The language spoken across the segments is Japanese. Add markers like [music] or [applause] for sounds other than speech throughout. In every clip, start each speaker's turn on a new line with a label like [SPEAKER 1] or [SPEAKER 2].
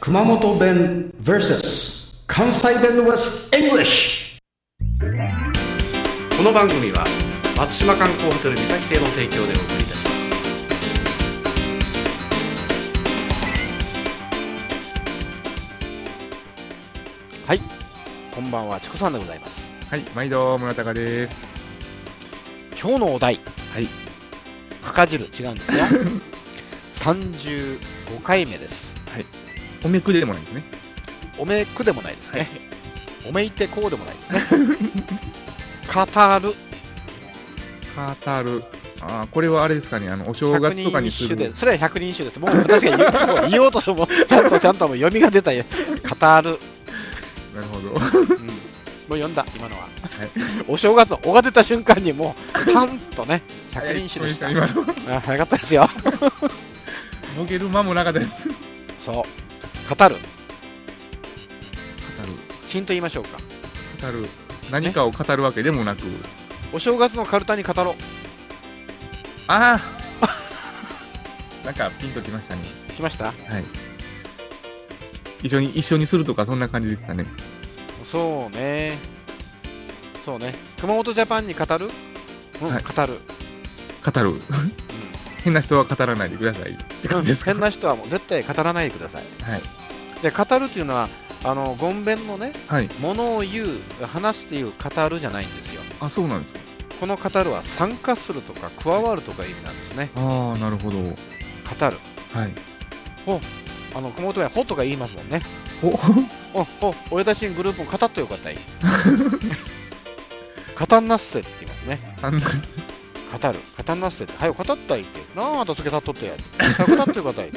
[SPEAKER 1] 熊本弁 vs 関西弁 vs English
[SPEAKER 2] この番組は松島観光ホテル三崎邸の提供でお送りいたしますはいこんばんはチコさんでございます
[SPEAKER 3] はい、毎度村高です。
[SPEAKER 2] 今日のお題
[SPEAKER 3] はい
[SPEAKER 2] かか汁違うんですよ [laughs] 35回目です
[SPEAKER 3] おめくでもないですね。
[SPEAKER 2] おめくでもないですね、おめいてこうでもないですね [laughs] 語る
[SPEAKER 3] カータール。ああ、これはあれですかね、あのお正
[SPEAKER 2] 百
[SPEAKER 3] 月と
[SPEAKER 2] 人
[SPEAKER 3] かに
[SPEAKER 2] 一
[SPEAKER 3] す
[SPEAKER 2] 首
[SPEAKER 3] る
[SPEAKER 2] で。それは百人一首ですもう確かに言うもう言おうとしてもちゃんとちゃんともう読みが出たよ [laughs] 語る、
[SPEAKER 3] なるほど。
[SPEAKER 2] うんもう読んだ今のは、お正月の「お」が出た瞬間にもうパンとね百人一首でした、
[SPEAKER 3] はい聞こえ [laughs] ま今
[SPEAKER 2] あ早かったですよ
[SPEAKER 3] の。もげる間もなかったです。カ
[SPEAKER 2] そう語る
[SPEAKER 3] タール。
[SPEAKER 2] ヒント言いましょうか
[SPEAKER 3] カタール。何かを語るわけでもなく。
[SPEAKER 2] お正月のカルタに語ろう
[SPEAKER 3] あ [laughs] あ。なんかピンときましたね。
[SPEAKER 2] 来ました
[SPEAKER 3] はい。一緒に一緒にするとかそんな感じですかね。
[SPEAKER 2] そうねそうね熊本ジャパンに語るうん、
[SPEAKER 3] はい
[SPEAKER 2] 語る、
[SPEAKER 3] カタール。 [laughs] 変な人は語らないでください。って
[SPEAKER 2] う
[SPEAKER 3] 感
[SPEAKER 2] ん
[SPEAKER 3] じですか。
[SPEAKER 2] 変な人はもう絶対語らないでください
[SPEAKER 3] はい。
[SPEAKER 2] で語るというのはあのごんべんのね
[SPEAKER 3] はい。
[SPEAKER 2] ものを言う話すという語るじゃないんですよ
[SPEAKER 3] あ、そうなんですか。
[SPEAKER 2] この語るは参加するとか加わるとかいう意味なんですね
[SPEAKER 3] ああ、なるほど。
[SPEAKER 2] 語る
[SPEAKER 3] はい。
[SPEAKER 2] あの熊本弁はほとか言いますもんね
[SPEAKER 3] [laughs] お、
[SPEAKER 2] おお俺たちにグループを語ってよかったい [laughs] 語んなっせって言いますね
[SPEAKER 3] あんな
[SPEAKER 2] 語る語んなっせってはよ語ったいってなああとつけたっとってやはよ語ってよかったい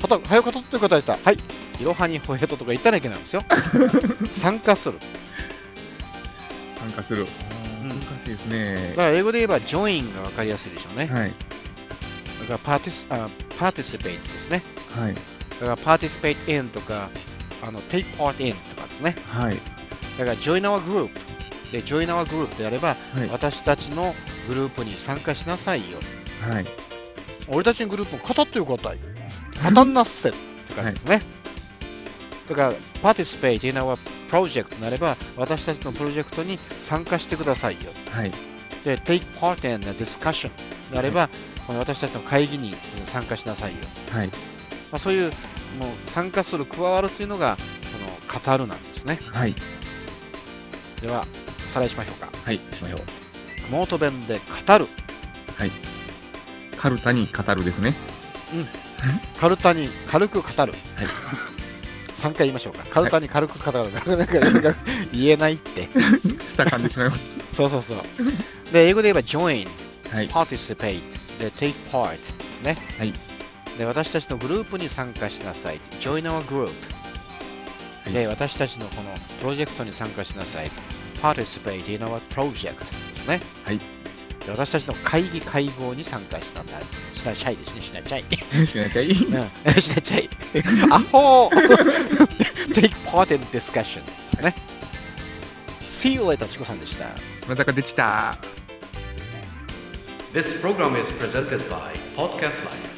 [SPEAKER 2] はたはよ語ってよかったいったはいいろはにほへととか言ったらいけないんですよ参加する
[SPEAKER 3] 参加する。
[SPEAKER 2] うん
[SPEAKER 3] 難しいですね
[SPEAKER 2] だ。から英語で言えばジョインが分かりやすいでしょうね
[SPEAKER 3] はい。
[SPEAKER 2] だからパーティスあパーティシペイトですね。
[SPEAKER 3] はい。
[SPEAKER 2] だからパーティシペイト in とか、あの、take part in とかですね。
[SPEAKER 3] はい。
[SPEAKER 2] だから join our group で join our group であれば、
[SPEAKER 3] はい。
[SPEAKER 2] 私たちのグループに参加しなさいよ。
[SPEAKER 3] はい。
[SPEAKER 2] 俺たちのグループを語ってよかったい。語んなっせって感じですね。だから、パーティシペイト in our project になれば、私たちのプロジェクトに参加してくださいよ。
[SPEAKER 3] はい。
[SPEAKER 2] で、take part in the discussion であれば、この私たちの会議に参加しなさいよ。
[SPEAKER 3] はい。
[SPEAKER 2] まあ、そういうもう参加する加わるというのがこのカタールなんですね
[SPEAKER 3] はい。
[SPEAKER 2] ではおさらいしましょうか
[SPEAKER 3] はい。しましょう。
[SPEAKER 2] 熊本弁で語る
[SPEAKER 3] カルタに語るですね。
[SPEAKER 2] カルタに軽く語 [laughs] る、
[SPEAKER 3] はい
[SPEAKER 2] 3回言いましょうかカルタに軽く語る、なんかなんか言えないって
[SPEAKER 3] 下噛んでしまいます。
[SPEAKER 2] そうそうそうで英語で言えば join
[SPEAKER 3] はい。
[SPEAKER 2] participate で take part ですね
[SPEAKER 3] はい
[SPEAKER 2] で私たちのグループに参加しなさい join our group
[SPEAKER 3] はい
[SPEAKER 2] で私たちのこのプロジェクトに参加しなさい participate in our project ですね
[SPEAKER 3] はい
[SPEAKER 2] で私たちの会議会合に参加しなさいしなちゃいですねしなちゃい
[SPEAKER 3] [laughs] しなちゃい。
[SPEAKER 2] うんしなちゃい [laughs] アホ [laughs] ー take part in discussion ですね See you later チコさんでした
[SPEAKER 3] [laughs] またかできた。
[SPEAKER 4] This program is presented by Podcast Life.